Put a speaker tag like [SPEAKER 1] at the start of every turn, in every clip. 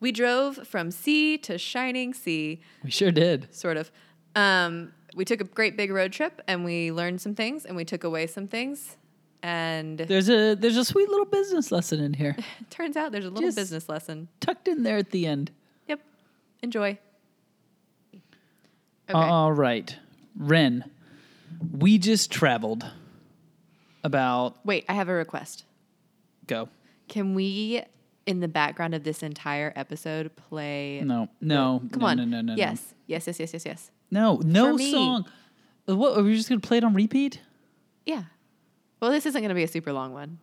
[SPEAKER 1] We drove from sea to shining sea,
[SPEAKER 2] We sure did.
[SPEAKER 1] sort of. Um, we took a great big road trip and we learned some things and we took away some things. And
[SPEAKER 2] There's a there's a sweet little business lesson in here
[SPEAKER 1] turns out there's a little
[SPEAKER 2] Just-
[SPEAKER 1] business lesson.
[SPEAKER 2] tucked in there at the end.
[SPEAKER 1] Yep. Enjoy. Okay.
[SPEAKER 2] All right, Ren. We just traveled about
[SPEAKER 1] Wait, I have a request.
[SPEAKER 2] go.
[SPEAKER 1] Can we, in the background of this entire episode, play?
[SPEAKER 2] No, no,
[SPEAKER 1] Come
[SPEAKER 2] no,
[SPEAKER 1] on.
[SPEAKER 2] no, no, no, no.
[SPEAKER 1] Yes. Yes. Yes. Yes. Yes. Yes.
[SPEAKER 2] no, no
[SPEAKER 1] For me.
[SPEAKER 2] song. Uh, What are we just gonna play it on repeat?
[SPEAKER 1] Yeah. Well, this isn't going to be a super long one.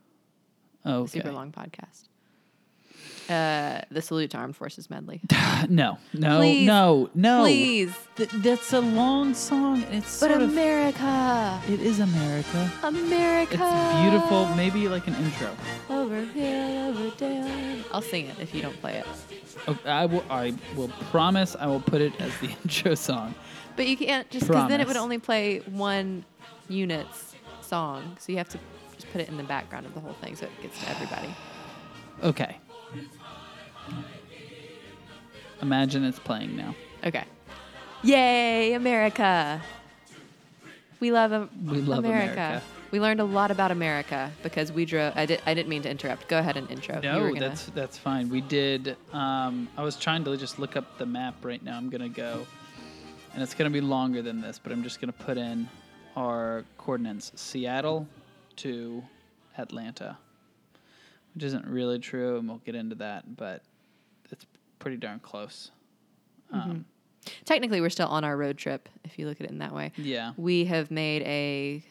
[SPEAKER 2] Oh,
[SPEAKER 1] A
[SPEAKER 2] okay.
[SPEAKER 1] super long podcast. Uh, the salute to armed forces medley.
[SPEAKER 2] No, no,
[SPEAKER 1] Please,
[SPEAKER 2] no, no.
[SPEAKER 1] Please,
[SPEAKER 2] Th- that's a long song. and It's
[SPEAKER 1] but
[SPEAKER 2] sort of.
[SPEAKER 1] America,
[SPEAKER 2] It is America.
[SPEAKER 1] America.
[SPEAKER 2] It's beautiful. Maybe like an intro.
[SPEAKER 1] Over hill, over down. I'll sing it if you don't play it.
[SPEAKER 2] Oh, I will. I will promise. I will put it as the intro song.
[SPEAKER 1] But you can't just because then it would
[SPEAKER 2] Promise.
[SPEAKER 1] only play one unit's song, so you have to just put it in the background of the whole thing so it gets to everybody.
[SPEAKER 2] Okay. Imagine it's playing now.
[SPEAKER 1] Okay. Yay, America! We love, Am-
[SPEAKER 2] We love America.
[SPEAKER 1] We learned a lot about America because we drove. I, did, I didn't mean to interrupt. Go ahead and intro. You were
[SPEAKER 2] No,
[SPEAKER 1] gonna-
[SPEAKER 2] that's that's fine. We did. Um, I was trying to just look up the map right now. I'm gonna go, and it's gonna be longer than this, but I'm just gonna put in our coordinates: Seattle to Atlanta, which isn't really true, and we'll get into that, but it's pretty darn close. Um,
[SPEAKER 1] technically we're still on our road trip if you look at it in that way.
[SPEAKER 2] Yeah.
[SPEAKER 1] We have made a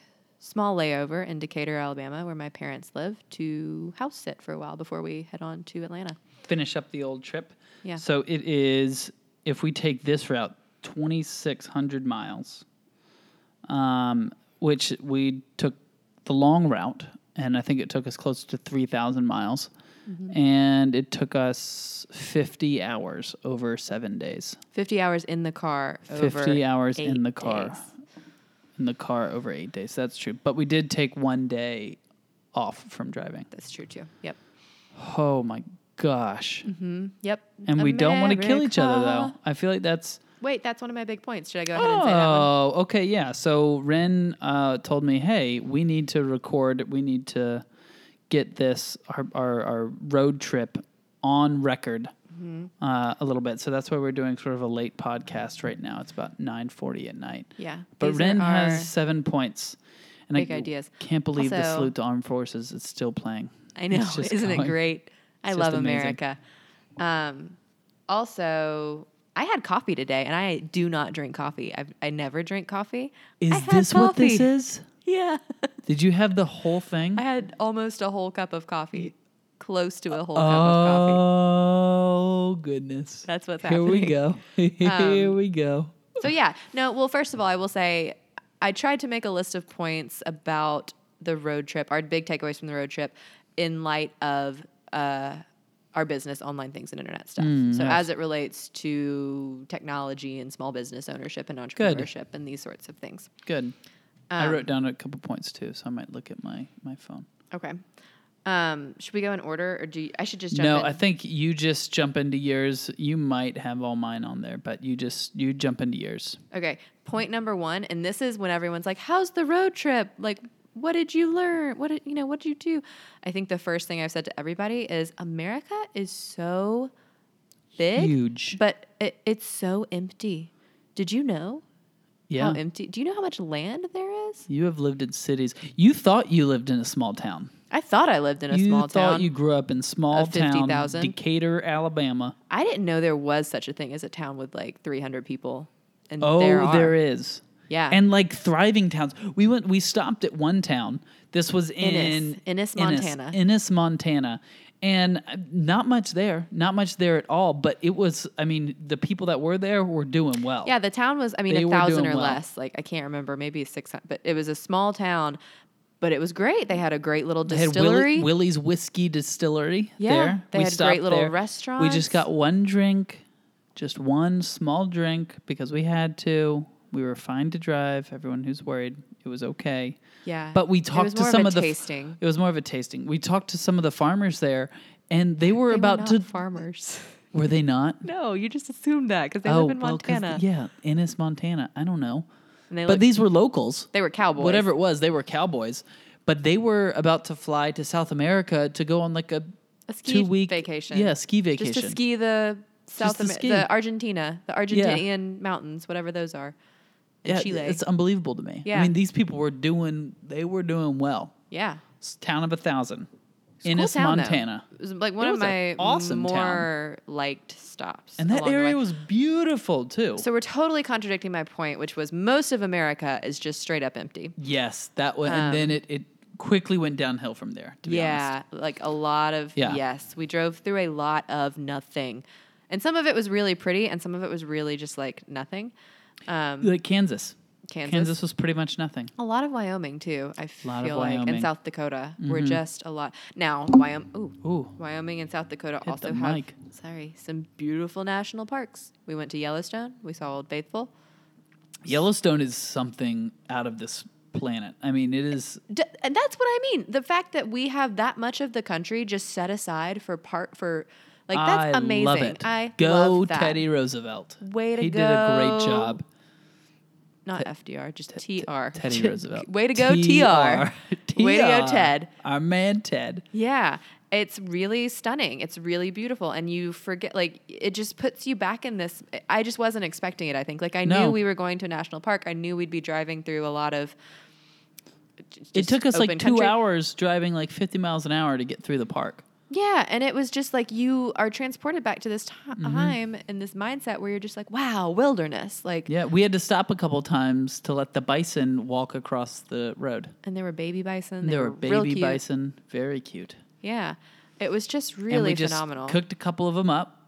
[SPEAKER 1] small layover in Decatur, Alabama, where my parents live, to house sit for a while before we head on to Atlanta.
[SPEAKER 2] Finish up the old trip.
[SPEAKER 1] Yeah.
[SPEAKER 2] So it is if we take this route, twenty six hundred miles. um, which we took the long route, and I think it took us close to 3,000 miles.
[SPEAKER 1] Mm-hmm.
[SPEAKER 2] And it took us 50 hours over seven days.
[SPEAKER 1] 50 hours in the car. over
[SPEAKER 2] 50 hours in
[SPEAKER 1] eight
[SPEAKER 2] the car.
[SPEAKER 1] days.
[SPEAKER 2] In the car over eight days. That's true. But we did take one day off from driving.
[SPEAKER 1] That's true too. Yep.
[SPEAKER 2] Oh my gosh.
[SPEAKER 1] Yep.
[SPEAKER 2] And we don't want to kill each other,
[SPEAKER 1] Mm-hmm.
[SPEAKER 2] though.
[SPEAKER 1] America.
[SPEAKER 2] I feel like that's.
[SPEAKER 1] Wait, that's one of my big points. Should I go ahead and say that one?
[SPEAKER 2] Oh, okay, yeah. So Ren uh, told me, "Hey, we need to record. We need to get this our our, our road trip on record
[SPEAKER 1] Mm-hmm.
[SPEAKER 2] uh, a little bit." So that's why we're doing sort of a late podcast right now. It's about nine forty at night.
[SPEAKER 1] Yeah.
[SPEAKER 2] But
[SPEAKER 1] These
[SPEAKER 2] Ren
[SPEAKER 1] are our-
[SPEAKER 2] has seven points, and
[SPEAKER 1] big
[SPEAKER 2] I
[SPEAKER 1] ideas.
[SPEAKER 2] can't believe the
[SPEAKER 1] Also-
[SPEAKER 2] salute to armed forces is still playing.
[SPEAKER 1] I know.
[SPEAKER 2] It's just
[SPEAKER 1] Isn't it
[SPEAKER 2] going.
[SPEAKER 1] great? I
[SPEAKER 2] It's
[SPEAKER 1] love
[SPEAKER 2] just amazing.
[SPEAKER 1] America. Um, also, I had coffee today, and I do not drink coffee. I, I never drink coffee. I
[SPEAKER 2] Is
[SPEAKER 1] had
[SPEAKER 2] this what this
[SPEAKER 1] coffee.
[SPEAKER 2] is?
[SPEAKER 1] Yeah.
[SPEAKER 2] Did you have the whole thing?
[SPEAKER 1] I had almost a whole cup of coffee, close to a whole cup of coffee.
[SPEAKER 2] Oh goodness!
[SPEAKER 1] That's what's happening. Um,
[SPEAKER 2] Here we go. Here we go.
[SPEAKER 1] So yeah, no. Well, first of all, I will say I tried to make a list of points about the road trip, our big takeaways from the road trip, in light of uh, our business, online things, and internet stuff.
[SPEAKER 2] Mm,
[SPEAKER 1] so as it relates to technology and small business ownership and entrepreneurship and these sorts of things.
[SPEAKER 2] Good. I
[SPEAKER 1] uh,
[SPEAKER 2] wrote down a couple points too, so I might look at my my phone.
[SPEAKER 1] Okay. Um, should we go in order, or do you, I should just jump
[SPEAKER 2] No,
[SPEAKER 1] in?
[SPEAKER 2] I think you just jump into yours. You might have all mine on there, but you just you jump into yours.
[SPEAKER 1] Okay. Point number one, and this is when everyone's like, "How's the road trip? Like, what did you learn? What did you know? What did you do?" I think the first thing I've said to everybody is America is so big,
[SPEAKER 2] Huge.
[SPEAKER 1] but it, it's so empty. Did you know
[SPEAKER 2] Yeah.
[SPEAKER 1] how empty? Do you know how much land there is?
[SPEAKER 2] you have lived in cities. You thought you lived in a small town.
[SPEAKER 1] I thought I lived in a
[SPEAKER 2] you
[SPEAKER 1] small
[SPEAKER 2] thought
[SPEAKER 1] town.
[SPEAKER 2] you grew up in small
[SPEAKER 1] of
[SPEAKER 2] town
[SPEAKER 1] 50,000.
[SPEAKER 2] Decatur, Alabama.
[SPEAKER 1] I didn't know there was such a thing as a town with like 300 people. And
[SPEAKER 2] Oh,
[SPEAKER 1] there are.
[SPEAKER 2] there is.
[SPEAKER 1] Yeah.
[SPEAKER 2] And like thriving towns. We went we stopped at one town. This was in
[SPEAKER 1] Ennis, Montana.
[SPEAKER 2] Ennis, Montana. And uh, not much there, not much there at all, but it was I mean, the people that were there were doing well.
[SPEAKER 1] Yeah, the town was, I mean,
[SPEAKER 2] They
[SPEAKER 1] a
[SPEAKER 2] were
[SPEAKER 1] thousand
[SPEAKER 2] doing
[SPEAKER 1] or
[SPEAKER 2] well.
[SPEAKER 1] less. Like, I can't remember, maybe 600, but it was a small town, but it was great. They had a great little
[SPEAKER 2] They had
[SPEAKER 1] distillery.
[SPEAKER 2] Willie, Willie's Whiskey Distillery
[SPEAKER 1] Yeah,
[SPEAKER 2] there.
[SPEAKER 1] they
[SPEAKER 2] we
[SPEAKER 1] had great
[SPEAKER 2] stopped
[SPEAKER 1] little
[SPEAKER 2] there. We
[SPEAKER 1] restaurants.
[SPEAKER 2] just got one drink, just one small drink because we had to. We were fine to drive. Everyone who's worried, it was okay.
[SPEAKER 1] yeah.
[SPEAKER 2] But we
[SPEAKER 1] It was
[SPEAKER 2] talked to
[SPEAKER 1] more
[SPEAKER 2] some
[SPEAKER 1] a
[SPEAKER 2] of the f-
[SPEAKER 1] tasting.
[SPEAKER 2] it was more of a tasting. We talked to some of the farmers there, and they were
[SPEAKER 1] They were
[SPEAKER 2] about
[SPEAKER 1] not
[SPEAKER 2] to
[SPEAKER 1] farmers. Oh,
[SPEAKER 2] Were they not? Oh,
[SPEAKER 1] No, you just assumed that because they live in
[SPEAKER 2] well, 'cause-
[SPEAKER 1] Montana.
[SPEAKER 2] yeah, Ennis, Montana. I don't know.
[SPEAKER 1] And they
[SPEAKER 2] but
[SPEAKER 1] look-
[SPEAKER 2] these were locals.
[SPEAKER 1] They were cowboys.
[SPEAKER 2] Whatever it was, they were cowboys. But they were about to fly to South America to go on like a,
[SPEAKER 1] A ski
[SPEAKER 2] two week
[SPEAKER 1] vacation.
[SPEAKER 2] Yeah, ski vacation.
[SPEAKER 1] Just to ski the South
[SPEAKER 2] to ski.
[SPEAKER 1] America, the Argentina, the Argentinian mountains, whatever those are. in
[SPEAKER 2] yeah,
[SPEAKER 1] Chile.
[SPEAKER 2] it's unbelievable to me. I
[SPEAKER 1] Yeah.
[SPEAKER 2] mean, these people were doing. They were doing well.
[SPEAKER 1] yeah.
[SPEAKER 2] It's a town of a thousand.
[SPEAKER 1] It's a cool
[SPEAKER 2] Ennis,
[SPEAKER 1] town, though.
[SPEAKER 2] Montana.
[SPEAKER 1] It was like one
[SPEAKER 2] It
[SPEAKER 1] of
[SPEAKER 2] was a
[SPEAKER 1] my
[SPEAKER 2] awesome town.
[SPEAKER 1] more liked stops.
[SPEAKER 2] And that
[SPEAKER 1] along the
[SPEAKER 2] area
[SPEAKER 1] way.
[SPEAKER 2] was beautiful too.
[SPEAKER 1] So we're totally contradicting my point, which was most of America is just straight up empty.
[SPEAKER 2] yes, that was. and then it, it quickly went downhill from there. To be honest.
[SPEAKER 1] Um, Yeah, like a lot of
[SPEAKER 2] Yeah.
[SPEAKER 1] yes. We drove through a lot of nothing, and some of it was really pretty, and some of it was really just like nothing. Um,
[SPEAKER 2] like Kansas.
[SPEAKER 1] Kansas.
[SPEAKER 2] Kansas was pretty much nothing.
[SPEAKER 1] a lot of Wyoming too. I feel
[SPEAKER 2] Lot of
[SPEAKER 1] like
[SPEAKER 2] Wyoming. Mm-hmm.
[SPEAKER 1] and South Dakota were just a lot. Now Wyoming, ooh,
[SPEAKER 2] Ooh,
[SPEAKER 1] Wyoming and South Dakota
[SPEAKER 2] the
[SPEAKER 1] also have
[SPEAKER 2] mic.
[SPEAKER 1] sorry some beautiful national parks. We went to Yellowstone. We saw Old Faithful.
[SPEAKER 2] Yellowstone is something out of this planet. I mean, it is.
[SPEAKER 1] D- and that's what I mean. The fact that we have that much of the country just set aside for part for like that's
[SPEAKER 2] I
[SPEAKER 1] amazing.
[SPEAKER 2] Love it.
[SPEAKER 1] I
[SPEAKER 2] go,
[SPEAKER 1] love that.
[SPEAKER 2] Teddy Roosevelt.
[SPEAKER 1] Way to
[SPEAKER 2] he did a great
[SPEAKER 1] go.
[SPEAKER 2] job.
[SPEAKER 1] Not FDR, just TR.
[SPEAKER 2] Teddy Roosevelt.
[SPEAKER 1] Way to go, TR. Way to go,
[SPEAKER 2] TR.
[SPEAKER 1] Ted.
[SPEAKER 2] Our man, Ted.
[SPEAKER 1] Yeah. It's really stunning. It's really beautiful. And you forget, like, it just puts you back in this. I just wasn't expecting it, I think. Like, I
[SPEAKER 2] No.
[SPEAKER 1] knew we were going to a national park. I knew we'd be driving through a lot of.
[SPEAKER 2] It took us like
[SPEAKER 1] open
[SPEAKER 2] two
[SPEAKER 1] country.
[SPEAKER 2] hours driving like 50 miles an hour to get through the park.
[SPEAKER 1] Yeah. And it was just like you are transported back to this ti-
[SPEAKER 2] Mm-hmm.
[SPEAKER 1] time and this mindset where you're just like, wow, wilderness. Like,
[SPEAKER 2] Yeah, we had to stop a couple times to let the bison walk across the road.
[SPEAKER 1] and there were baby bison. They
[SPEAKER 2] There were
[SPEAKER 1] real
[SPEAKER 2] baby
[SPEAKER 1] cute.
[SPEAKER 2] bison, very cute.
[SPEAKER 1] Yeah. It was just
[SPEAKER 2] and we
[SPEAKER 1] really
[SPEAKER 2] just
[SPEAKER 1] phenomenal.
[SPEAKER 2] cooked a couple of them up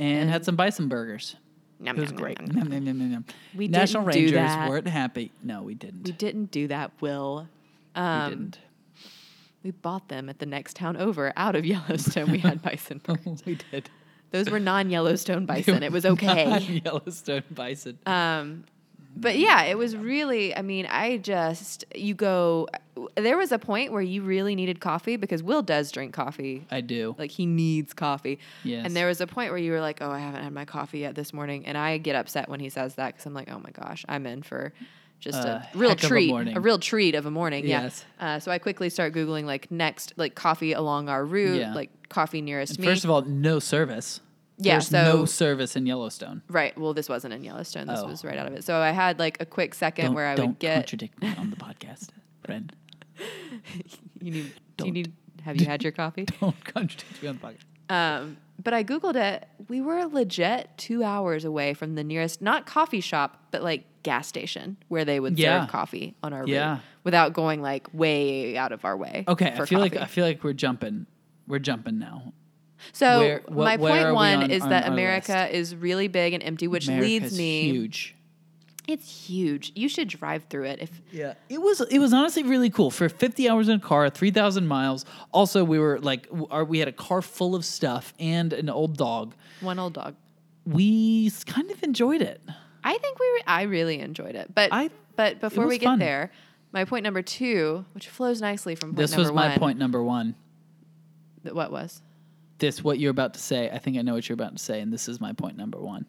[SPEAKER 2] and, had some bison burgers.
[SPEAKER 1] Nom,
[SPEAKER 2] It was
[SPEAKER 1] nom, nom,
[SPEAKER 2] great.
[SPEAKER 1] nom,
[SPEAKER 2] Nom, nom, nom, nom, nom.
[SPEAKER 1] We
[SPEAKER 2] National
[SPEAKER 1] didn't do
[SPEAKER 2] Rangers
[SPEAKER 1] that.
[SPEAKER 2] weren't happy. No, we didn't.
[SPEAKER 1] We didn't do that, Will.
[SPEAKER 2] We
[SPEAKER 1] Um,
[SPEAKER 2] didn't.
[SPEAKER 1] We bought them at the next town over out of Yellowstone. We had bison. burgers.
[SPEAKER 2] we did.
[SPEAKER 1] Those were non Yellowstone bison. It was okay.
[SPEAKER 2] Yellowstone bison.
[SPEAKER 1] Um, but yeah, it was really, I mean, I just, you go, there was a point where you really needed coffee because Will does drink coffee.
[SPEAKER 2] I do.
[SPEAKER 1] Like he needs coffee.
[SPEAKER 2] Yes.
[SPEAKER 1] And there was a point where you were like, oh, I haven't had my coffee yet this morning. And I get upset when he says that because I'm like, oh my gosh, I'm in for just
[SPEAKER 2] Uh,
[SPEAKER 1] a real
[SPEAKER 2] heck of a
[SPEAKER 1] treat,
[SPEAKER 2] morning.
[SPEAKER 1] real treat of a morning. yeah.
[SPEAKER 2] Yes.
[SPEAKER 1] Uh, so I quickly start Googling like next, like coffee along our route,
[SPEAKER 2] Yeah.
[SPEAKER 1] like coffee nearest me.
[SPEAKER 2] First of all, no service.
[SPEAKER 1] Yeah,
[SPEAKER 2] There's
[SPEAKER 1] so-
[SPEAKER 2] no service in Yellowstone.
[SPEAKER 1] Right. Well, this wasn't in Yellowstone. This
[SPEAKER 2] Oh.
[SPEAKER 1] was right out of it. So I had like a quick 2nd
[SPEAKER 2] Don't,
[SPEAKER 1] where I
[SPEAKER 2] don't
[SPEAKER 1] would get.
[SPEAKER 2] contradict me on the podcast, friend.
[SPEAKER 1] You need. do
[SPEAKER 2] Don't.
[SPEAKER 1] you need? Have you had your coffee?
[SPEAKER 2] Don't contradict me on the podcast.
[SPEAKER 1] Um, but I googled it. We were legit two hours away from the nearest, not coffee shop, but like gas station where they would
[SPEAKER 2] Yeah.
[SPEAKER 1] serve coffee on our
[SPEAKER 2] Yeah.
[SPEAKER 1] route without going like way out of our way.
[SPEAKER 2] Okay,
[SPEAKER 1] for
[SPEAKER 2] I feel like I
[SPEAKER 1] coffee.
[SPEAKER 2] feel like we're jumping. We're jumping now.
[SPEAKER 1] so.
[SPEAKER 2] where- what-
[SPEAKER 1] my
[SPEAKER 2] where are
[SPEAKER 1] point
[SPEAKER 2] we
[SPEAKER 1] one
[SPEAKER 2] on-
[SPEAKER 1] is
[SPEAKER 2] on
[SPEAKER 1] that
[SPEAKER 2] our
[SPEAKER 1] America is really big and empty, which
[SPEAKER 2] America's
[SPEAKER 1] leads me.
[SPEAKER 2] huge.
[SPEAKER 1] It's huge. You should drive through it if
[SPEAKER 2] Yeah, it was it was honestly really cool for 50 hours in a car, 3,000 miles. Also, we were like, w- our, we had a car full of stuff and an old dog.
[SPEAKER 1] one old dog.
[SPEAKER 2] We s- kind of enjoyed it.
[SPEAKER 1] I think we. Re- I really enjoyed it, but
[SPEAKER 2] I-
[SPEAKER 1] but before
[SPEAKER 2] was
[SPEAKER 1] we get
[SPEAKER 2] fun.
[SPEAKER 1] there, my point number two, which flows nicely from point
[SPEAKER 2] This
[SPEAKER 1] number
[SPEAKER 2] was my
[SPEAKER 1] one,
[SPEAKER 2] point number one.
[SPEAKER 1] th- what was
[SPEAKER 2] This what you're about to say. I think I know what you're about to say, and this is my point number one.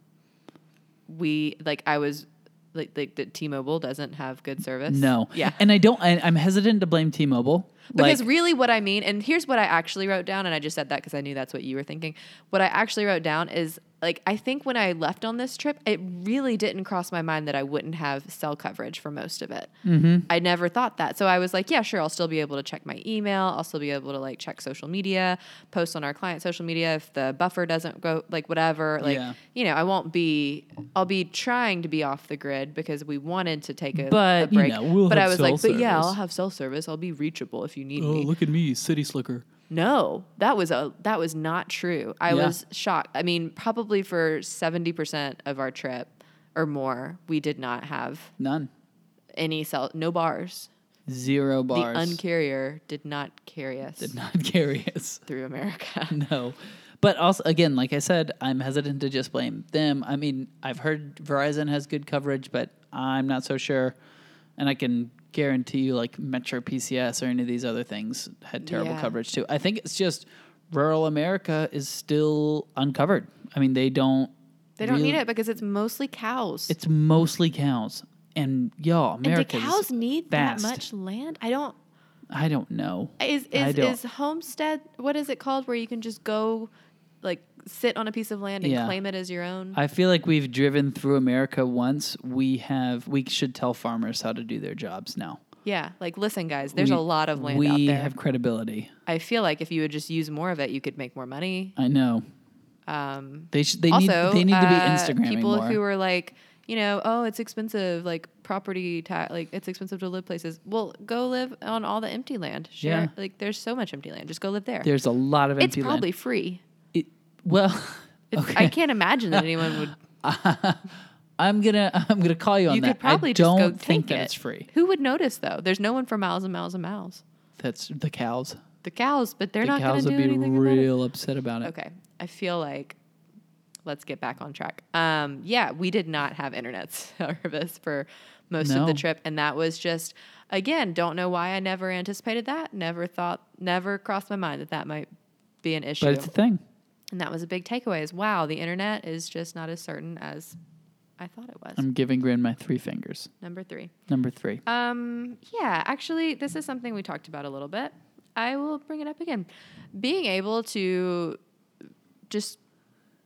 [SPEAKER 1] we like? I was like like that. T-Mobile doesn't have good service.
[SPEAKER 2] No,
[SPEAKER 1] yeah.
[SPEAKER 2] and I don't. I, I'm hesitant to blame T-Mobile
[SPEAKER 1] Because
[SPEAKER 2] like,
[SPEAKER 1] really, what I mean, and here's what I actually wrote down, and I just said that because I knew that's what you were thinking. What I actually wrote down is like, I think when I left on this trip, it really didn't cross my mind that I wouldn't have cell coverage for most of it.
[SPEAKER 2] Mm-hmm.
[SPEAKER 1] I never thought that. So I was like, yeah, sure, I'll still be able to check my email. I'll still be able to like check social media, post on our client social media if the buffer doesn't go, like whatever. Like,
[SPEAKER 2] Yeah.
[SPEAKER 1] you know, I won't be, I'll be trying to be off the grid because we wanted to take a,
[SPEAKER 2] But,
[SPEAKER 1] a
[SPEAKER 2] you
[SPEAKER 1] break.
[SPEAKER 2] know, we'll
[SPEAKER 1] but
[SPEAKER 2] have
[SPEAKER 1] I was
[SPEAKER 2] cell
[SPEAKER 1] like, but yeah,
[SPEAKER 2] service.
[SPEAKER 1] I'll have cell service. I'll be reachable if you need
[SPEAKER 2] oh,
[SPEAKER 1] me.
[SPEAKER 2] look at me, city slicker.
[SPEAKER 1] No, that was a that was not true. I
[SPEAKER 2] Yeah.
[SPEAKER 1] was shocked. I mean, probably for 70% of our trip or more, we did not have
[SPEAKER 2] None,
[SPEAKER 1] any cell no bars.
[SPEAKER 2] zero bars.
[SPEAKER 1] The uncarrier did not carry us
[SPEAKER 2] did not carry us.
[SPEAKER 1] through America.
[SPEAKER 2] No. But also, again, like I said, I'm hesitant to just blame them. I mean, I've heard Verizon has good coverage, but I'm not so sure. And I can guarantee you, like Metro PCS or any of these other things had terrible
[SPEAKER 1] Yeah.
[SPEAKER 2] coverage too. I think it's just rural America is still uncovered. I mean, they don't.
[SPEAKER 1] They don't
[SPEAKER 2] really-
[SPEAKER 1] need it because it's mostly cows.
[SPEAKER 2] It's mostly cows, and y'all,
[SPEAKER 1] and do
[SPEAKER 2] America.
[SPEAKER 1] cows need
[SPEAKER 2] vast.
[SPEAKER 1] that much land? I don't.
[SPEAKER 2] I don't know.
[SPEAKER 1] Is
[SPEAKER 2] I
[SPEAKER 1] is,
[SPEAKER 2] don't-
[SPEAKER 1] is homestead? What is it called? Where you can just go, like sit on a piece of land and
[SPEAKER 2] Yeah.
[SPEAKER 1] claim it as your own?
[SPEAKER 2] I feel like we've driven through America once. We have. We should tell farmers how to do their jobs now.
[SPEAKER 1] yeah. Like listen, guys, there's
[SPEAKER 2] We-
[SPEAKER 1] a lot of land
[SPEAKER 2] we
[SPEAKER 1] out there.
[SPEAKER 2] have credibility.
[SPEAKER 1] I feel like if you would just use more of it, you could make more money.
[SPEAKER 2] I know.
[SPEAKER 1] Um,
[SPEAKER 2] They should. They
[SPEAKER 1] also,
[SPEAKER 2] need. They need to be
[SPEAKER 1] uh,
[SPEAKER 2] Instagramming
[SPEAKER 1] people
[SPEAKER 2] more.
[SPEAKER 1] who were like, you know, oh, it's expensive, like property tax, like it's expensive to live places. Well, go live on all the empty land. Sure,
[SPEAKER 2] Yeah.
[SPEAKER 1] like there's so much empty land. Just go live there.
[SPEAKER 2] There's a lot of
[SPEAKER 1] it's
[SPEAKER 2] empty
[SPEAKER 1] probably
[SPEAKER 2] land.
[SPEAKER 1] free.
[SPEAKER 2] It, well,
[SPEAKER 1] It's,
[SPEAKER 2] okay.
[SPEAKER 1] I can't imagine that anyone would.
[SPEAKER 2] I'm gonna. I'm gonna call you on
[SPEAKER 1] You
[SPEAKER 2] that.
[SPEAKER 1] could probably
[SPEAKER 2] I
[SPEAKER 1] just
[SPEAKER 2] don't
[SPEAKER 1] go
[SPEAKER 2] think
[SPEAKER 1] take
[SPEAKER 2] that
[SPEAKER 1] it.
[SPEAKER 2] it's free.
[SPEAKER 1] Who would notice though? There's no one for miles and miles and miles.
[SPEAKER 2] That's the cows.
[SPEAKER 1] The cows, but they're
[SPEAKER 2] the
[SPEAKER 1] not going
[SPEAKER 2] cows
[SPEAKER 1] to do
[SPEAKER 2] would be
[SPEAKER 1] anything about it.
[SPEAKER 2] real upset about it.
[SPEAKER 1] Okay, I feel like let's get back on track. Um, yeah, we did not have internet service for most of
[SPEAKER 2] No.
[SPEAKER 1] the trip, and that was just again, don't know why I never anticipated that. Never thought, never crossed my mind that that might be an issue.
[SPEAKER 2] But it's a thing.
[SPEAKER 1] and that was a big takeaway: is wow, the internet is just not as certain as I thought it was.
[SPEAKER 2] I'm giving Grin my three fingers.
[SPEAKER 1] Number three.
[SPEAKER 2] Number three.
[SPEAKER 1] Um, yeah, actually, this is something we talked about a little bit. I will bring it up again. Being able to just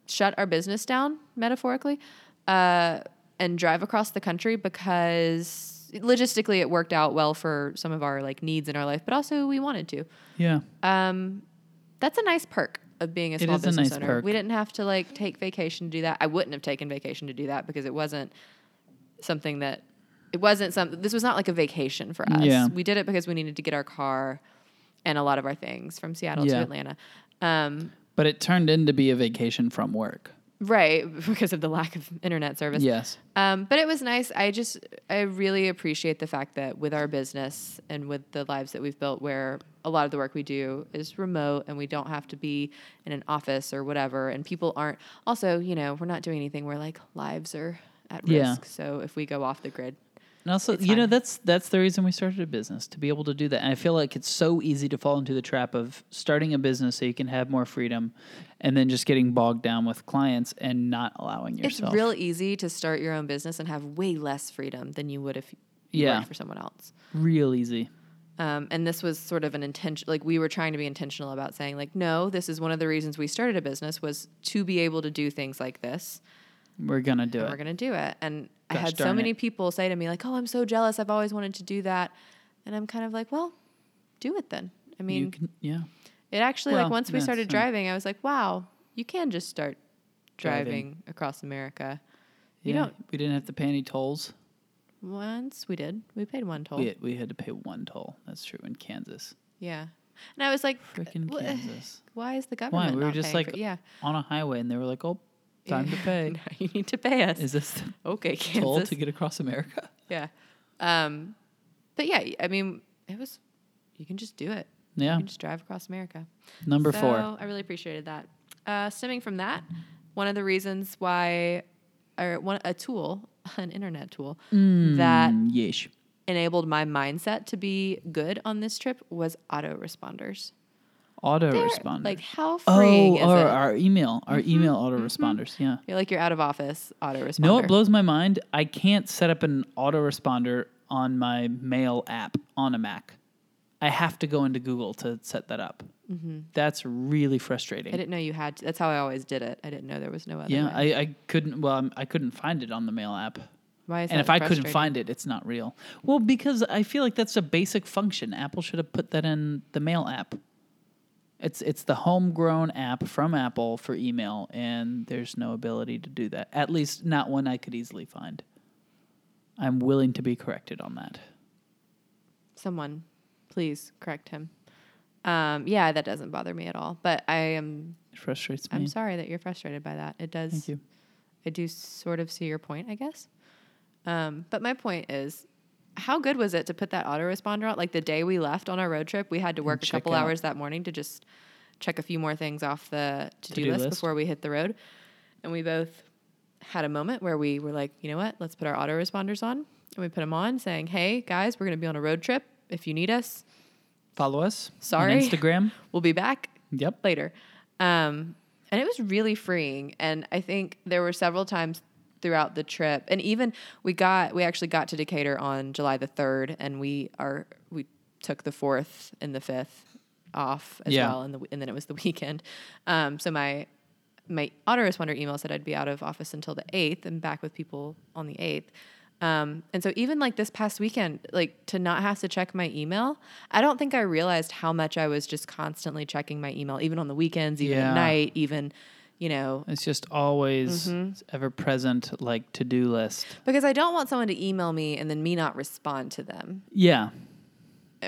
[SPEAKER 1] shut our business down, metaphorically, uh, and drive across the country because logistically it worked out well for some of our like needs in our life, but also we wanted to.
[SPEAKER 2] Yeah.
[SPEAKER 1] Um, that's a nice perk of being a
[SPEAKER 2] It
[SPEAKER 1] small
[SPEAKER 2] is a
[SPEAKER 1] business
[SPEAKER 2] nice
[SPEAKER 1] owner.
[SPEAKER 2] perk.
[SPEAKER 1] We didn't have to like take vacation to do that. I wouldn't have taken vacation to do that because it wasn't something that it wasn't some this was not like a vacation for us.
[SPEAKER 2] Yeah.
[SPEAKER 1] We did it because we needed to get our car and a lot of our things from Seattle
[SPEAKER 2] Yeah.
[SPEAKER 1] to Atlanta. Um,
[SPEAKER 2] But it turned into be a vacation from work.
[SPEAKER 1] right, because of the lack of internet service.
[SPEAKER 2] Yes.
[SPEAKER 1] Um, but it was nice. I just, I really appreciate the fact that with our business and with the lives that we've built, where a lot of the work we do is remote and we don't have to be in an office or whatever. And people aren't, also, you know, we're not doing anything where like lives are at
[SPEAKER 2] Yeah.
[SPEAKER 1] risk. So if we go off the grid,
[SPEAKER 2] And also,
[SPEAKER 1] It's
[SPEAKER 2] you know,
[SPEAKER 1] fine.
[SPEAKER 2] that's that's the reason we started a business to be able to do that. And I feel like it's so easy to fall into the trap of starting a business so you can have more freedom, and then just getting bogged down with clients and not allowing yourself.
[SPEAKER 1] it's real easy to start your own business and have way less freedom than you would if you
[SPEAKER 2] Yeah.
[SPEAKER 1] worked for someone else.
[SPEAKER 2] real easy.
[SPEAKER 1] Um, and this was sort of an intention, like we were trying to be intentional about saying, like, no, this is one of the reasons we started a business was to be able to do things like this,
[SPEAKER 2] We're gonna do
[SPEAKER 1] and
[SPEAKER 2] it.
[SPEAKER 1] we're going to do it. And I
[SPEAKER 2] Gosh
[SPEAKER 1] had so
[SPEAKER 2] darn
[SPEAKER 1] many
[SPEAKER 2] it.
[SPEAKER 1] people say to me, like, oh, I'm so jealous. I've always wanted to do that. And I'm kind of like, well, do it then. I
[SPEAKER 2] you
[SPEAKER 1] mean,
[SPEAKER 2] can, yeah.
[SPEAKER 1] it actually,
[SPEAKER 2] well,
[SPEAKER 1] like, once we
[SPEAKER 2] that's
[SPEAKER 1] started
[SPEAKER 2] fine.
[SPEAKER 1] driving, I was like, wow, you can just start driving,
[SPEAKER 2] Driving.
[SPEAKER 1] across America.
[SPEAKER 2] Yeah.
[SPEAKER 1] You don't,
[SPEAKER 2] we didn't have to pay any tolls.
[SPEAKER 1] once we did, we paid one toll.
[SPEAKER 2] We had, we had to pay one toll. That's true in Kansas.
[SPEAKER 1] Yeah. And I was like,
[SPEAKER 2] Freaking
[SPEAKER 1] "Wh-
[SPEAKER 2] Kansas.
[SPEAKER 1] why is the
[SPEAKER 2] Why?
[SPEAKER 1] government?
[SPEAKER 2] We were
[SPEAKER 1] not
[SPEAKER 2] just
[SPEAKER 1] paying
[SPEAKER 2] like
[SPEAKER 1] for-" yeah.
[SPEAKER 2] on a highway, and they were like, "Oh, time to pay."
[SPEAKER 1] Now you need to pay us.
[SPEAKER 2] Is this the
[SPEAKER 1] okay,
[SPEAKER 2] toll
[SPEAKER 1] Kansas.
[SPEAKER 2] to get across America?
[SPEAKER 1] yeah. Um, but yeah, I mean, it was, you can just do it. You
[SPEAKER 2] Yeah.
[SPEAKER 1] can just drive across America.
[SPEAKER 2] Number four.
[SPEAKER 1] So I really appreciated that. Uh, stemming from that, one of the reasons why, or one, a tool, an internet tool, that
[SPEAKER 2] Mm, yeesh.
[SPEAKER 1] enabled my mindset to be good on this trip was autoresponders. They're-
[SPEAKER 2] Autoresponders.
[SPEAKER 1] Like, how freeing Mm-hmm,
[SPEAKER 2] oh,
[SPEAKER 1] is
[SPEAKER 2] our,
[SPEAKER 1] it?
[SPEAKER 2] our email, our email autoresponders. Yeah.
[SPEAKER 1] You're like, you're out of office, autoresponder.
[SPEAKER 2] No, it blows my mind. I can't set up an autoresponder on my mail app on a Mac. I have to go into Google to set that up.
[SPEAKER 1] Mm-hmm.
[SPEAKER 2] That's really frustrating.
[SPEAKER 1] I didn't know you had to. That's how I always did it. I didn't know there was no other
[SPEAKER 2] yeah,
[SPEAKER 1] way.
[SPEAKER 2] I, I couldn't. Well, I'm- I couldn't find it on the mail app.
[SPEAKER 1] Why is
[SPEAKER 2] and
[SPEAKER 1] that
[SPEAKER 2] if I couldn't
[SPEAKER 1] frustrating?
[SPEAKER 2] find it, it's not real. Well, because I feel like that's a basic function. Apple should have put that in the mail app. It's it's the homegrown app from Apple for email, and there's no ability to do that. At least not one I could easily find. I'm willing to be corrected on that.
[SPEAKER 1] someone please correct him um, yeah that doesn't bother me at all but i am
[SPEAKER 2] It frustrates me.
[SPEAKER 1] i'm sorry that you're frustrated by that it does
[SPEAKER 2] Thank you.
[SPEAKER 1] i do sort of see your point i guess um, but my point is how good was it to put that autoresponder out like the day we left on our road trip we had to work a
[SPEAKER 2] check
[SPEAKER 1] couple
[SPEAKER 2] out.
[SPEAKER 1] hours that morning to just check a few more things off the to-do
[SPEAKER 2] To-do
[SPEAKER 1] list,
[SPEAKER 2] list.
[SPEAKER 1] before we hit the road and we both had a moment where we were like you know what let's put our autoresponders on and we put them on saying hey guys we're going to be on a road trip if you need us
[SPEAKER 2] Follow us
[SPEAKER 1] Sorry.
[SPEAKER 2] on Instagram.
[SPEAKER 1] We'll be back.
[SPEAKER 2] Yep.
[SPEAKER 1] later. Um, and it was really freeing. And I think there were several times throughout the trip, and even we got we actually got to Decatur on July the third, and we are we took the fourth and the fifth off as
[SPEAKER 2] Yeah.
[SPEAKER 1] well, and the and then it was the weekend. Um, so my my Otterus Wonder email said I'd be out of office until the eighth, and back with people on the eighth. Um, and so even like this past weekend, like to not have to check my email, I don't think I realized how much I was just constantly checking my email, even on the weekends, even
[SPEAKER 2] Yeah.
[SPEAKER 1] at night, even, you know,
[SPEAKER 2] It's just always
[SPEAKER 1] Mm-hmm.
[SPEAKER 2] ever present, like to do list.
[SPEAKER 1] because I don't want someone to email me and then me not respond to them
[SPEAKER 2] Yeah.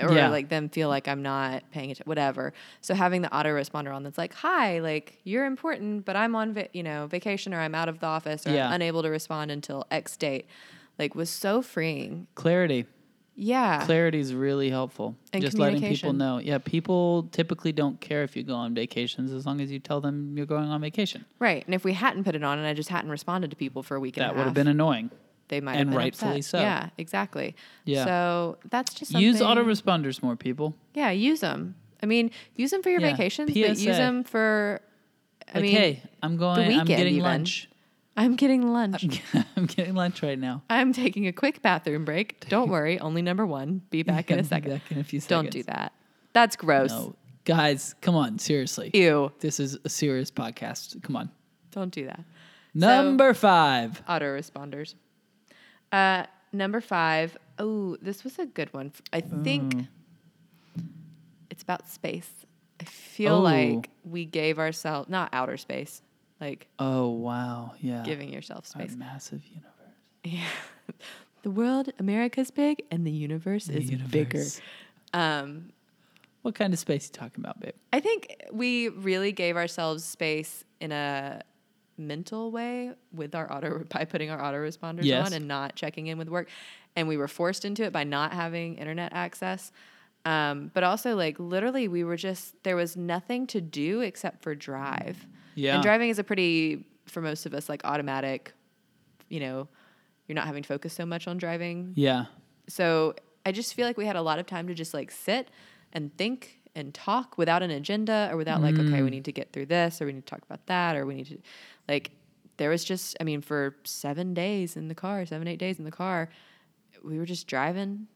[SPEAKER 1] or
[SPEAKER 2] Yeah.
[SPEAKER 1] like them feel like I'm not paying attention, whatever. So having the autoresponder on that's like, hi, like you're important, but I'm on, va- you know, vacation or I'm out of the office or
[SPEAKER 2] Yeah.
[SPEAKER 1] I'm unable to respond until X date, like was so freeing.
[SPEAKER 2] Clarity.
[SPEAKER 1] Yeah.
[SPEAKER 2] Clarity is really helpful.
[SPEAKER 1] And
[SPEAKER 2] just letting people
[SPEAKER 1] communication.
[SPEAKER 2] know. Yeah, people typically don't care if you go on vacations as long as you tell them you're going on vacation.
[SPEAKER 1] Right. And if we hadn't put it on and I just hadn't responded to people for a week and
[SPEAKER 2] that
[SPEAKER 1] a
[SPEAKER 2] would have
[SPEAKER 1] half,
[SPEAKER 2] been annoying.
[SPEAKER 1] they might
[SPEAKER 2] and
[SPEAKER 1] have been
[SPEAKER 2] rightfully
[SPEAKER 1] upset.
[SPEAKER 2] so.
[SPEAKER 1] Yeah, exactly.
[SPEAKER 2] Yeah.
[SPEAKER 1] So that's just something.
[SPEAKER 2] Use autoresponders more, people.
[SPEAKER 1] Yeah, use them. I mean, use them for your
[SPEAKER 2] Yeah,
[SPEAKER 1] vacations, but
[SPEAKER 2] PSA.
[SPEAKER 1] use them for. I
[SPEAKER 2] like,
[SPEAKER 1] mean,
[SPEAKER 2] hey, I'm going. I'm
[SPEAKER 1] weekend
[SPEAKER 2] getting
[SPEAKER 1] even.
[SPEAKER 2] lunch.
[SPEAKER 1] I'm getting lunch.
[SPEAKER 2] I'm getting lunch right now.
[SPEAKER 1] I'm taking a quick bathroom break. Don't worry, only number one. Be back in
[SPEAKER 2] I'll
[SPEAKER 1] a
[SPEAKER 2] be
[SPEAKER 1] second.
[SPEAKER 2] Back in a few
[SPEAKER 1] Don't
[SPEAKER 2] seconds.
[SPEAKER 1] do that. That's gross.
[SPEAKER 2] No, guys, come on. Seriously,
[SPEAKER 1] Ew.
[SPEAKER 2] this is a serious podcast. Come on.
[SPEAKER 1] Don't do that.
[SPEAKER 2] Number five.
[SPEAKER 1] Autoresponders. Uh, number five. Oh, this was a good one. I think
[SPEAKER 2] Mm.
[SPEAKER 1] it's about space. I feel
[SPEAKER 2] Oh.
[SPEAKER 1] like we gave ourselves not outer space, like
[SPEAKER 2] Oh wow, yeah.
[SPEAKER 1] giving yourself
[SPEAKER 2] our
[SPEAKER 1] space.
[SPEAKER 2] massive universe.
[SPEAKER 1] Yeah. the world, America's big, and the universe
[SPEAKER 2] The
[SPEAKER 1] is bigger.
[SPEAKER 2] universe.
[SPEAKER 1] Um,
[SPEAKER 2] What kind of space you talking about, babe?
[SPEAKER 1] I think we really gave ourselves space in a mental way with our auto by putting our autoresponders
[SPEAKER 2] Yes.
[SPEAKER 1] on and not checking in with work, and we were forced into it by not having internet access. Um, but also, like literally, we were just there was nothing to do except for drive.
[SPEAKER 2] Yeah.
[SPEAKER 1] and driving is a pretty for most of us like automatic. You know, you're not having to focus so much on driving
[SPEAKER 2] Yeah.
[SPEAKER 1] so I just feel like we had a lot of time to just like sit and think and talk without an agenda or without like, okay,
[SPEAKER 2] Mm.
[SPEAKER 1] we need to get through this or we need to talk about that or we need to like there was just I mean, for seven days in the car, seven, eight days in the car, we were just driving,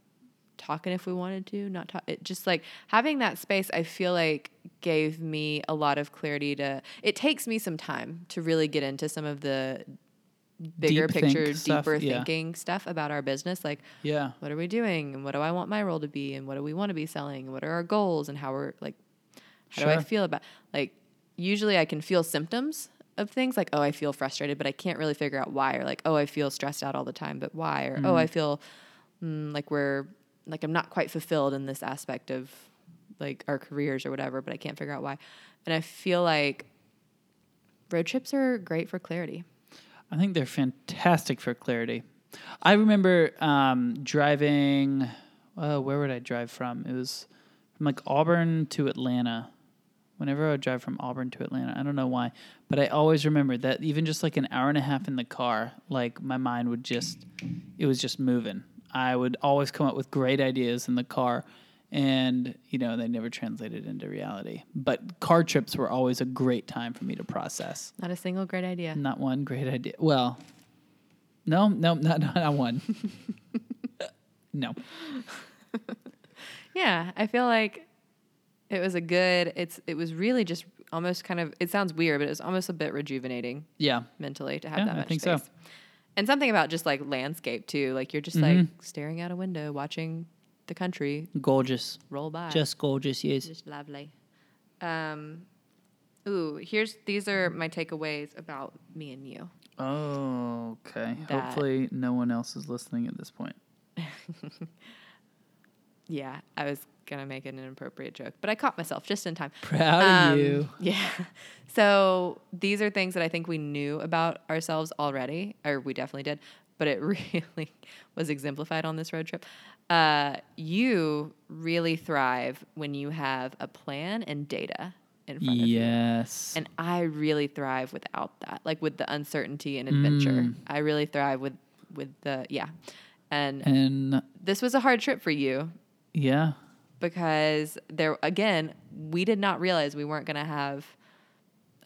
[SPEAKER 1] talking if we wanted to, not talk it just like having that space I feel like gave me a lot of clarity to it takes me some time to really get into some of the bigger
[SPEAKER 2] Deep think
[SPEAKER 1] picture,
[SPEAKER 2] stuff,
[SPEAKER 1] deeper
[SPEAKER 2] yeah.
[SPEAKER 1] thinking stuff about our business. Like
[SPEAKER 2] Yeah.
[SPEAKER 1] what are we doing and what do I want my role to be and what do we want to be selling and what are our goals and how we're like how do I
[SPEAKER 2] Sure.
[SPEAKER 1] feel about like usually I can feel symptoms of things like oh I feel frustrated but I can't really figure out why or like oh I feel stressed out all the time but why or oh I feel mm, like we're like I'm not quite fulfilled in this aspect of like our careers or whatever but I can't figure out why and I feel like road trips are great for clarity
[SPEAKER 2] I think they're fantastic for clarity. I remember um, driving. Uh, where would I drive from? It was from like Auburn to Atlanta. Whenever I would drive from Auburn to Atlanta, I don't know why, but I always remembered that even just like an hour and a half in the car, like my mind would just, it was just moving. I would always come up with great ideas in the car, and you know they never translated into reality. But car trips were always a great time for me to process.
[SPEAKER 1] not a single great idea
[SPEAKER 2] Not one great idea. Well, no, no, not not one. no.
[SPEAKER 1] Yeah, I feel like it was a good. It's it was really just almost kind of. It sounds weird, but it was almost a bit rejuvenating
[SPEAKER 2] Yeah.
[SPEAKER 1] mentally to have
[SPEAKER 2] Yeah,
[SPEAKER 1] that
[SPEAKER 2] I
[SPEAKER 1] much
[SPEAKER 2] think so.
[SPEAKER 1] space. And something about just like landscape too. Like you're just like
[SPEAKER 2] Mm-hmm.
[SPEAKER 1] staring out a window, watching the country
[SPEAKER 2] Gorgeous.
[SPEAKER 1] roll by.
[SPEAKER 2] Just gorgeous, yes.
[SPEAKER 1] just lovely. Um, ooh, here's these are my takeaways about me and you.
[SPEAKER 2] Oh, okay.
[SPEAKER 1] That-
[SPEAKER 2] Hopefully no one else is listening at this point.
[SPEAKER 1] Yeah, I was gonna make an inappropriate joke, but I caught myself just in time.
[SPEAKER 2] Proud of
[SPEAKER 1] Um,
[SPEAKER 2] you.
[SPEAKER 1] Yeah. So these are things that I think we knew about ourselves already, or we definitely did, but it really was exemplified on this road trip. Uh, you really thrive when you have a plan and data in front of you.
[SPEAKER 2] Yes.
[SPEAKER 1] And I really thrive without that, like with the uncertainty
[SPEAKER 2] Mm.
[SPEAKER 1] and adventure. I really thrive with with the yeah. And
[SPEAKER 2] And,
[SPEAKER 1] this was a hard trip for you,
[SPEAKER 2] yeah.
[SPEAKER 1] because there again we did not realize we weren't going to have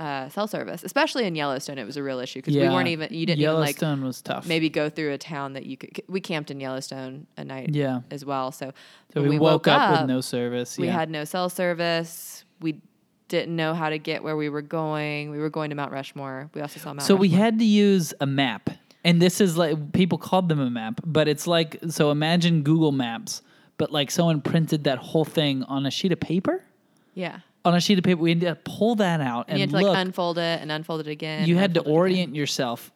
[SPEAKER 1] uh, cell service, especially in Yellowstone. It was a real issue because we weren't even you didn't even like
[SPEAKER 2] Yellowstone was tough.
[SPEAKER 1] maybe go through a town that you could. We camped in Yellowstone a night
[SPEAKER 2] Yeah.
[SPEAKER 1] as well, so,
[SPEAKER 2] So
[SPEAKER 1] when
[SPEAKER 2] we, woke, up, with no service.
[SPEAKER 1] we
[SPEAKER 2] yeah.
[SPEAKER 1] had no cell service. We didn't know how to get where we were going. We were going to Mount Rushmore. We also saw Mount.
[SPEAKER 2] So we
[SPEAKER 1] Rushmore.
[SPEAKER 2] had to use a map. And this is like people called them a map, but it's like so imagine Google Maps, but like someone printed that whole thing on a sheet of paper.
[SPEAKER 1] yeah.
[SPEAKER 2] On a sheet of paper, we had to pull that out
[SPEAKER 1] And
[SPEAKER 2] and
[SPEAKER 1] you had to
[SPEAKER 2] look.
[SPEAKER 1] like unfold it and unfold it again.
[SPEAKER 2] you
[SPEAKER 1] and
[SPEAKER 2] had to
[SPEAKER 1] unfold it again.
[SPEAKER 2] orient yourself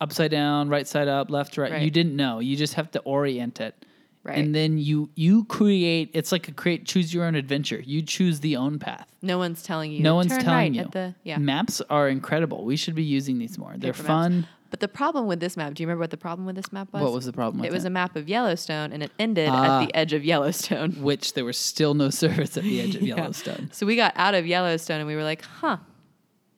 [SPEAKER 2] upside down, right side up, left right. You
[SPEAKER 1] Right.
[SPEAKER 2] didn't know. You just have to orient it.
[SPEAKER 1] Right.
[SPEAKER 2] And then you you create it's like a create choose your own adventure. You choose the own path.
[SPEAKER 1] No one's telling you.
[SPEAKER 2] No one's
[SPEAKER 1] "Turn
[SPEAKER 2] telling
[SPEAKER 1] right
[SPEAKER 2] you.
[SPEAKER 1] At the, yeah.
[SPEAKER 2] Maps are incredible. We should be using these more. They're
[SPEAKER 1] paper maps.
[SPEAKER 2] fun.
[SPEAKER 1] But the problem with this map, do you remember what the problem with this map was?
[SPEAKER 2] What was the problem with
[SPEAKER 1] it was
[SPEAKER 2] it?
[SPEAKER 1] a map of Yellowstone and it ended
[SPEAKER 2] Ah.
[SPEAKER 1] at the edge of Yellowstone.
[SPEAKER 2] which there was still no service at the edge of
[SPEAKER 1] Yeah.
[SPEAKER 2] Yellowstone.
[SPEAKER 1] So we got out of Yellowstone and we were like, huh,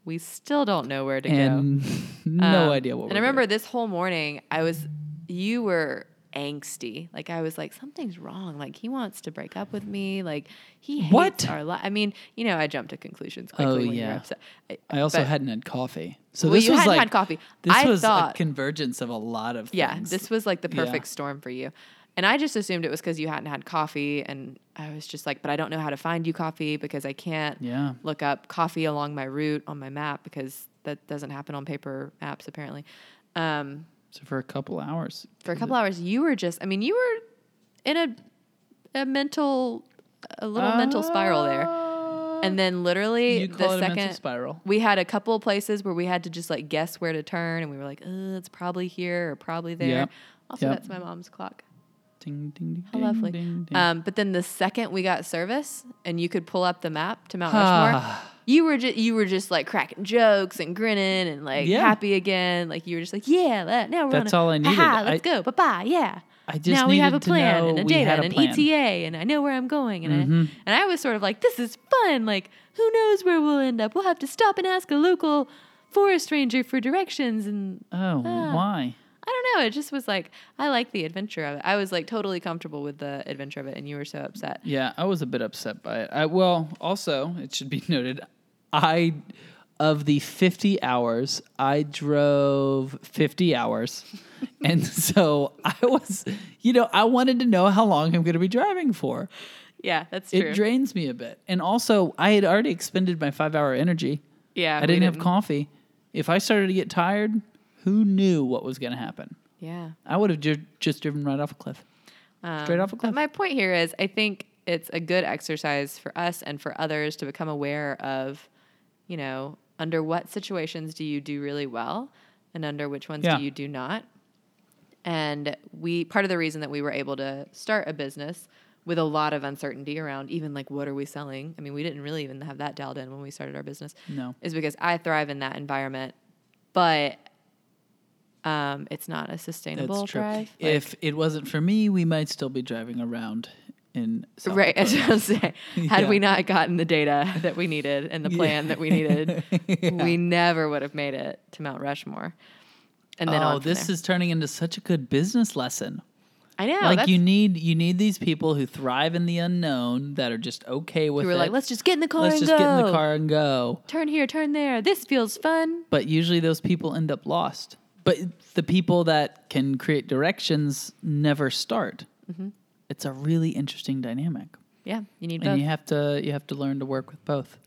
[SPEAKER 1] we still don't know where to go.
[SPEAKER 2] And no
[SPEAKER 1] Um,
[SPEAKER 2] idea what
[SPEAKER 1] And I
[SPEAKER 2] we're
[SPEAKER 1] remember this whole morning, I was, you were angsty. Like I was like, something's wrong. Like he wants to break up with me. Like he hates
[SPEAKER 2] What?
[SPEAKER 1] our life. I mean, you know, I jumped to conclusions quickly
[SPEAKER 2] Oh,
[SPEAKER 1] when you
[SPEAKER 2] yeah.
[SPEAKER 1] were upset. I,
[SPEAKER 2] doing. I also
[SPEAKER 1] but-
[SPEAKER 2] hadn't had coffee. So
[SPEAKER 1] Well,
[SPEAKER 2] this
[SPEAKER 1] you
[SPEAKER 2] was
[SPEAKER 1] hadn't
[SPEAKER 2] like
[SPEAKER 1] had coffee.
[SPEAKER 2] This
[SPEAKER 1] I
[SPEAKER 2] was
[SPEAKER 1] thought-
[SPEAKER 2] a convergence of a lot of
[SPEAKER 1] Yeah,
[SPEAKER 2] things.
[SPEAKER 1] this was like the
[SPEAKER 2] Yeah.
[SPEAKER 1] perfect storm for you. And I just assumed it was because you hadn't had coffee. And I was just like, but I don't know how to find you coffee because I can't
[SPEAKER 2] Yeah.
[SPEAKER 1] look up coffee along my route on my map because that doesn't happen on paper apps apparently. Um,
[SPEAKER 2] So for a couple hours.
[SPEAKER 1] for a couple hours, you were just, I mean, you were in a, a mental, a little mental spiral there. And then literally
[SPEAKER 2] Uh, you
[SPEAKER 1] the
[SPEAKER 2] Ah, call it a mental
[SPEAKER 1] second
[SPEAKER 2] spiral.
[SPEAKER 1] we had a couple of places where we had to just like guess where to turn and we were like, oh, it's probably here or probably there.
[SPEAKER 2] Yep.
[SPEAKER 1] Also,
[SPEAKER 2] Yep.
[SPEAKER 1] that's my mom's clock.
[SPEAKER 2] Ding ding ding.
[SPEAKER 1] How
[SPEAKER 2] ding,
[SPEAKER 1] lovely.
[SPEAKER 2] Ding, ding.
[SPEAKER 1] Um, but then the second we got service and you could pull up the map to Mount Rushmore,
[SPEAKER 2] Ah.
[SPEAKER 1] you were just you were just like cracking jokes and grinning and like
[SPEAKER 2] Yeah.
[SPEAKER 1] happy again. Like you were just like, yeah, let, now we're
[SPEAKER 2] That's
[SPEAKER 1] on a,
[SPEAKER 2] all I needed.
[SPEAKER 1] "Ha-ha,
[SPEAKER 2] I-
[SPEAKER 1] let's go, bye bye, yeah.
[SPEAKER 2] I just
[SPEAKER 1] now we have a
[SPEAKER 2] needed to
[SPEAKER 1] plan
[SPEAKER 2] know
[SPEAKER 1] and a
[SPEAKER 2] we
[SPEAKER 1] data
[SPEAKER 2] had
[SPEAKER 1] and
[SPEAKER 2] a
[SPEAKER 1] an
[SPEAKER 2] plan. Mm-hmm.
[SPEAKER 1] ETA and I know where I'm going and I, and I was sort of like, this is fun. Like who knows where we'll end up? We'll have to stop and ask a local forest ranger for directions and
[SPEAKER 2] oh,
[SPEAKER 1] ah.
[SPEAKER 2] why?
[SPEAKER 1] I don't know. It just was like I like the adventure of it. I was like totally comfortable with the adventure of it, and you were so upset.
[SPEAKER 2] Yeah, I was a bit upset by it. I, well, also, it should be noted, I of the 50 hours, I drove 50 hours. and so I was, you know, I wanted to know how long I'm going to be driving for.
[SPEAKER 1] Yeah, that's
[SPEAKER 2] It
[SPEAKER 1] true.
[SPEAKER 2] drains me a bit. And also, I had already expended my 5-hour energy.
[SPEAKER 1] yeah,
[SPEAKER 2] I
[SPEAKER 1] we
[SPEAKER 2] didn't, have coffee. If I started to get tired, who knew what was going to happen?
[SPEAKER 1] Yeah,
[SPEAKER 2] I would have ju- just driven right off a cliff. Straight off a cliff.
[SPEAKER 1] But my point here is, I think it's a good exercise for us and for others to become aware of, you know, under what situations do you do really well, and under which ones
[SPEAKER 2] Yeah.
[SPEAKER 1] do you do not. And we part of the reason that we were able to start a business with a lot of uncertainty around even like what are we selling? I mean, we didn't really even have that dialed in when we started our business.
[SPEAKER 2] No.
[SPEAKER 1] Is because I thrive in that environment, but um, it's not a sustainable thrive. Like-
[SPEAKER 2] if it wasn't for me, we might still be driving around in South
[SPEAKER 1] right, as
[SPEAKER 2] Dakota.
[SPEAKER 1] I was saying, had we
[SPEAKER 2] Yeah.
[SPEAKER 1] not gotten the data that we needed and the
[SPEAKER 2] Yeah.
[SPEAKER 1] plan that we needed,
[SPEAKER 2] Yeah.
[SPEAKER 1] we never would have made it to Mount Rushmore. And then
[SPEAKER 2] oh,
[SPEAKER 1] on from
[SPEAKER 2] this
[SPEAKER 1] there.
[SPEAKER 2] is turning into such a good business lesson.
[SPEAKER 1] I know
[SPEAKER 2] like
[SPEAKER 1] that's,
[SPEAKER 2] you need you need these people who thrive in the unknown that are just okay with
[SPEAKER 1] we were
[SPEAKER 2] it.
[SPEAKER 1] like, let's just get in the car
[SPEAKER 2] Let's
[SPEAKER 1] and
[SPEAKER 2] just
[SPEAKER 1] go.
[SPEAKER 2] get in the car and go.
[SPEAKER 1] Turn here, turn there. This feels fun.
[SPEAKER 2] But usually those people end up lost. But the people that can create directions never start.
[SPEAKER 1] Mm-hmm.
[SPEAKER 2] It's a really interesting dynamic,
[SPEAKER 1] Yeah, you need both.
[SPEAKER 2] and you have to you have to learn to work with both,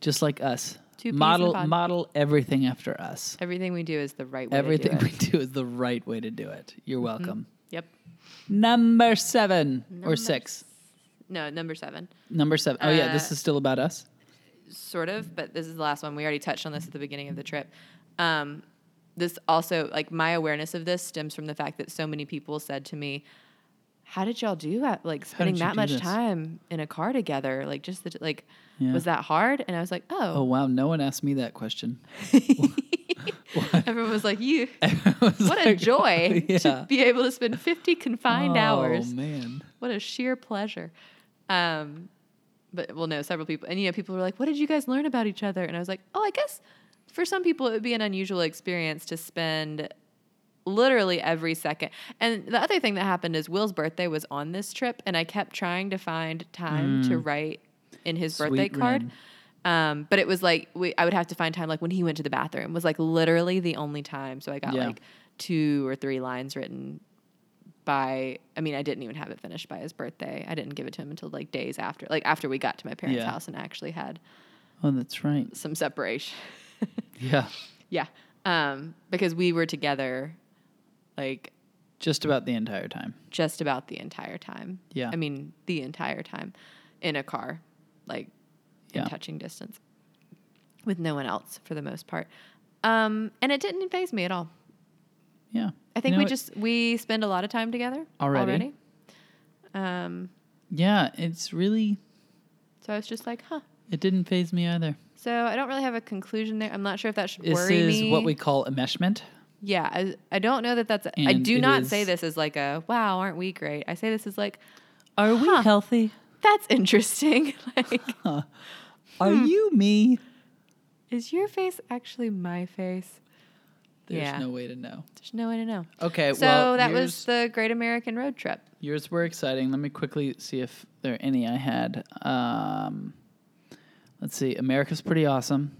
[SPEAKER 2] just like us.
[SPEAKER 1] Mm-hmm. Two peas in a
[SPEAKER 2] model
[SPEAKER 1] pod.
[SPEAKER 2] model everything after us.
[SPEAKER 1] Everything we do is the right way. To
[SPEAKER 2] Everything
[SPEAKER 1] do
[SPEAKER 2] we
[SPEAKER 1] it. Mm-hmm.
[SPEAKER 2] do is the right way to do it. You're welcome.
[SPEAKER 1] Yep.
[SPEAKER 2] Number seven or
[SPEAKER 1] Number
[SPEAKER 2] six.
[SPEAKER 1] No, number seven,
[SPEAKER 2] Number seven. Oh, yeah, this
[SPEAKER 1] Uh,
[SPEAKER 2] is still about us.
[SPEAKER 1] sort of. But this is the last one. We already touched on this at the beginning of the trip. Um, this also, like, my awareness of this stems from the fact that so many people said to me, "How did y'all do that? Like spending
[SPEAKER 2] you
[SPEAKER 1] that
[SPEAKER 2] do
[SPEAKER 1] much
[SPEAKER 2] this?"
[SPEAKER 1] time in a car together? Like, just the, like,
[SPEAKER 2] Yeah.
[SPEAKER 1] was that hard?" And I was like,
[SPEAKER 2] Oh,
[SPEAKER 1] "Oh."
[SPEAKER 2] wow. No one asked me that question. Oh.
[SPEAKER 1] Everyone was like, "You,
[SPEAKER 2] what
[SPEAKER 1] what a joy
[SPEAKER 2] yeah.
[SPEAKER 1] to be able to spend fifty confined hours."
[SPEAKER 2] Oh, man.
[SPEAKER 1] What a sheer pleasure. Um, but well, no, several people, and you know, people were like, "What did you guys learn about each other?" And I was like, "Oh, I guess for some people it would be an unusual experience to spend literally every second. And the other thing that happened is Will's birthday was on this trip, and I kept trying to find time to write in his birthday
[SPEAKER 2] Mm. Sweet
[SPEAKER 1] card. Um, but it was like we, I would have to find time, like when he went to the bathroom, was like literally the only time. So I got
[SPEAKER 2] Yeah.
[SPEAKER 1] like two or three lines written by. I mean, I didn't even have it finished by his birthday. I didn't give it to him until like days after, like after we got to my parents'
[SPEAKER 2] Yeah.
[SPEAKER 1] house and actually had
[SPEAKER 2] Oh, that's right.
[SPEAKER 1] some separation.
[SPEAKER 2] Yeah.
[SPEAKER 1] yeah, um, because we were together, like
[SPEAKER 2] Just about the entire time.
[SPEAKER 1] just about the entire time.
[SPEAKER 2] Yeah.
[SPEAKER 1] I mean, the entire time in a car, like in
[SPEAKER 2] Yeah.
[SPEAKER 1] touching distance with no one else for the most part. Um, and it didn't phase me at all.
[SPEAKER 2] Yeah.
[SPEAKER 1] I think
[SPEAKER 2] You know
[SPEAKER 1] we
[SPEAKER 2] what?
[SPEAKER 1] just we spend a lot of time together
[SPEAKER 2] Already?
[SPEAKER 1] already. Um,
[SPEAKER 2] Yeah, it's really
[SPEAKER 1] so I was just like, huh.
[SPEAKER 2] it didn't phase me either.
[SPEAKER 1] So I don't really have a conclusion there. I'm not sure if that should
[SPEAKER 2] This
[SPEAKER 1] worry
[SPEAKER 2] is
[SPEAKER 1] me.
[SPEAKER 2] what we call enmeshment.
[SPEAKER 1] yeah, I, I don't know that that's. I
[SPEAKER 2] And
[SPEAKER 1] do
[SPEAKER 2] it
[SPEAKER 1] not
[SPEAKER 2] is-
[SPEAKER 1] say this as like a wow, aren't we great? I say this as like
[SPEAKER 2] Are we
[SPEAKER 1] Huh.
[SPEAKER 2] healthy?
[SPEAKER 1] that's interesting. like,
[SPEAKER 2] Are
[SPEAKER 1] Hmm.
[SPEAKER 2] you me?
[SPEAKER 1] is your face actually my face?
[SPEAKER 2] There's
[SPEAKER 1] Yeah.
[SPEAKER 2] no way to know.
[SPEAKER 1] There's no way to know.
[SPEAKER 2] Okay,
[SPEAKER 1] so
[SPEAKER 2] Uh, well,
[SPEAKER 1] that
[SPEAKER 2] yours,
[SPEAKER 1] was the Great American Road Trip.
[SPEAKER 2] yours were exciting. Let me quickly see if there are any I had. Um, let's see. America's pretty awesome.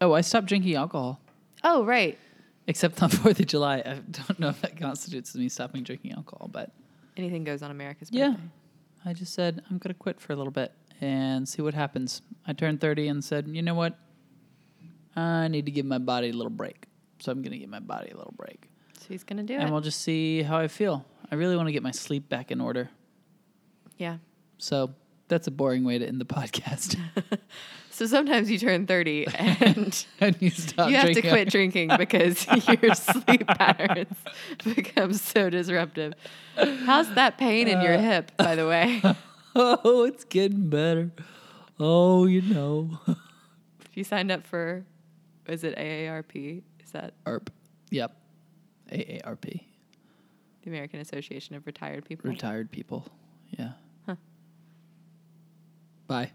[SPEAKER 2] Oh, I stopped drinking alcohol.
[SPEAKER 1] Oh, right.
[SPEAKER 2] Except on Fourth of July. I don't know if that constitutes me stopping drinking alcohol, but
[SPEAKER 1] Anything goes on America's birthday.
[SPEAKER 2] Yeah. I just said, I'm going to quit for a little bit and see what happens. I turned 30 and said, you know what? I need to give my body a little break. So I'm going to give my body a little break.
[SPEAKER 1] So he's gonna do
[SPEAKER 2] and
[SPEAKER 1] it.
[SPEAKER 2] we'll just see how I feel. I really want to get my sleep back in order.
[SPEAKER 1] yeah.
[SPEAKER 2] So that's a boring way to end the podcast.
[SPEAKER 1] So sometimes you turn thirty and
[SPEAKER 2] and you stop
[SPEAKER 1] you have
[SPEAKER 2] drinking.
[SPEAKER 1] to quit drinking because your sleep patterns become so disruptive. How's that pain in your hip, by the way?
[SPEAKER 2] Oh, it's getting better. Oh, you know.
[SPEAKER 1] If you signed up for, is it AARP? Is that
[SPEAKER 2] ARP. Yep. AARP.
[SPEAKER 1] the American Association of Retired People?
[SPEAKER 2] Retired people. Yeah. Bye.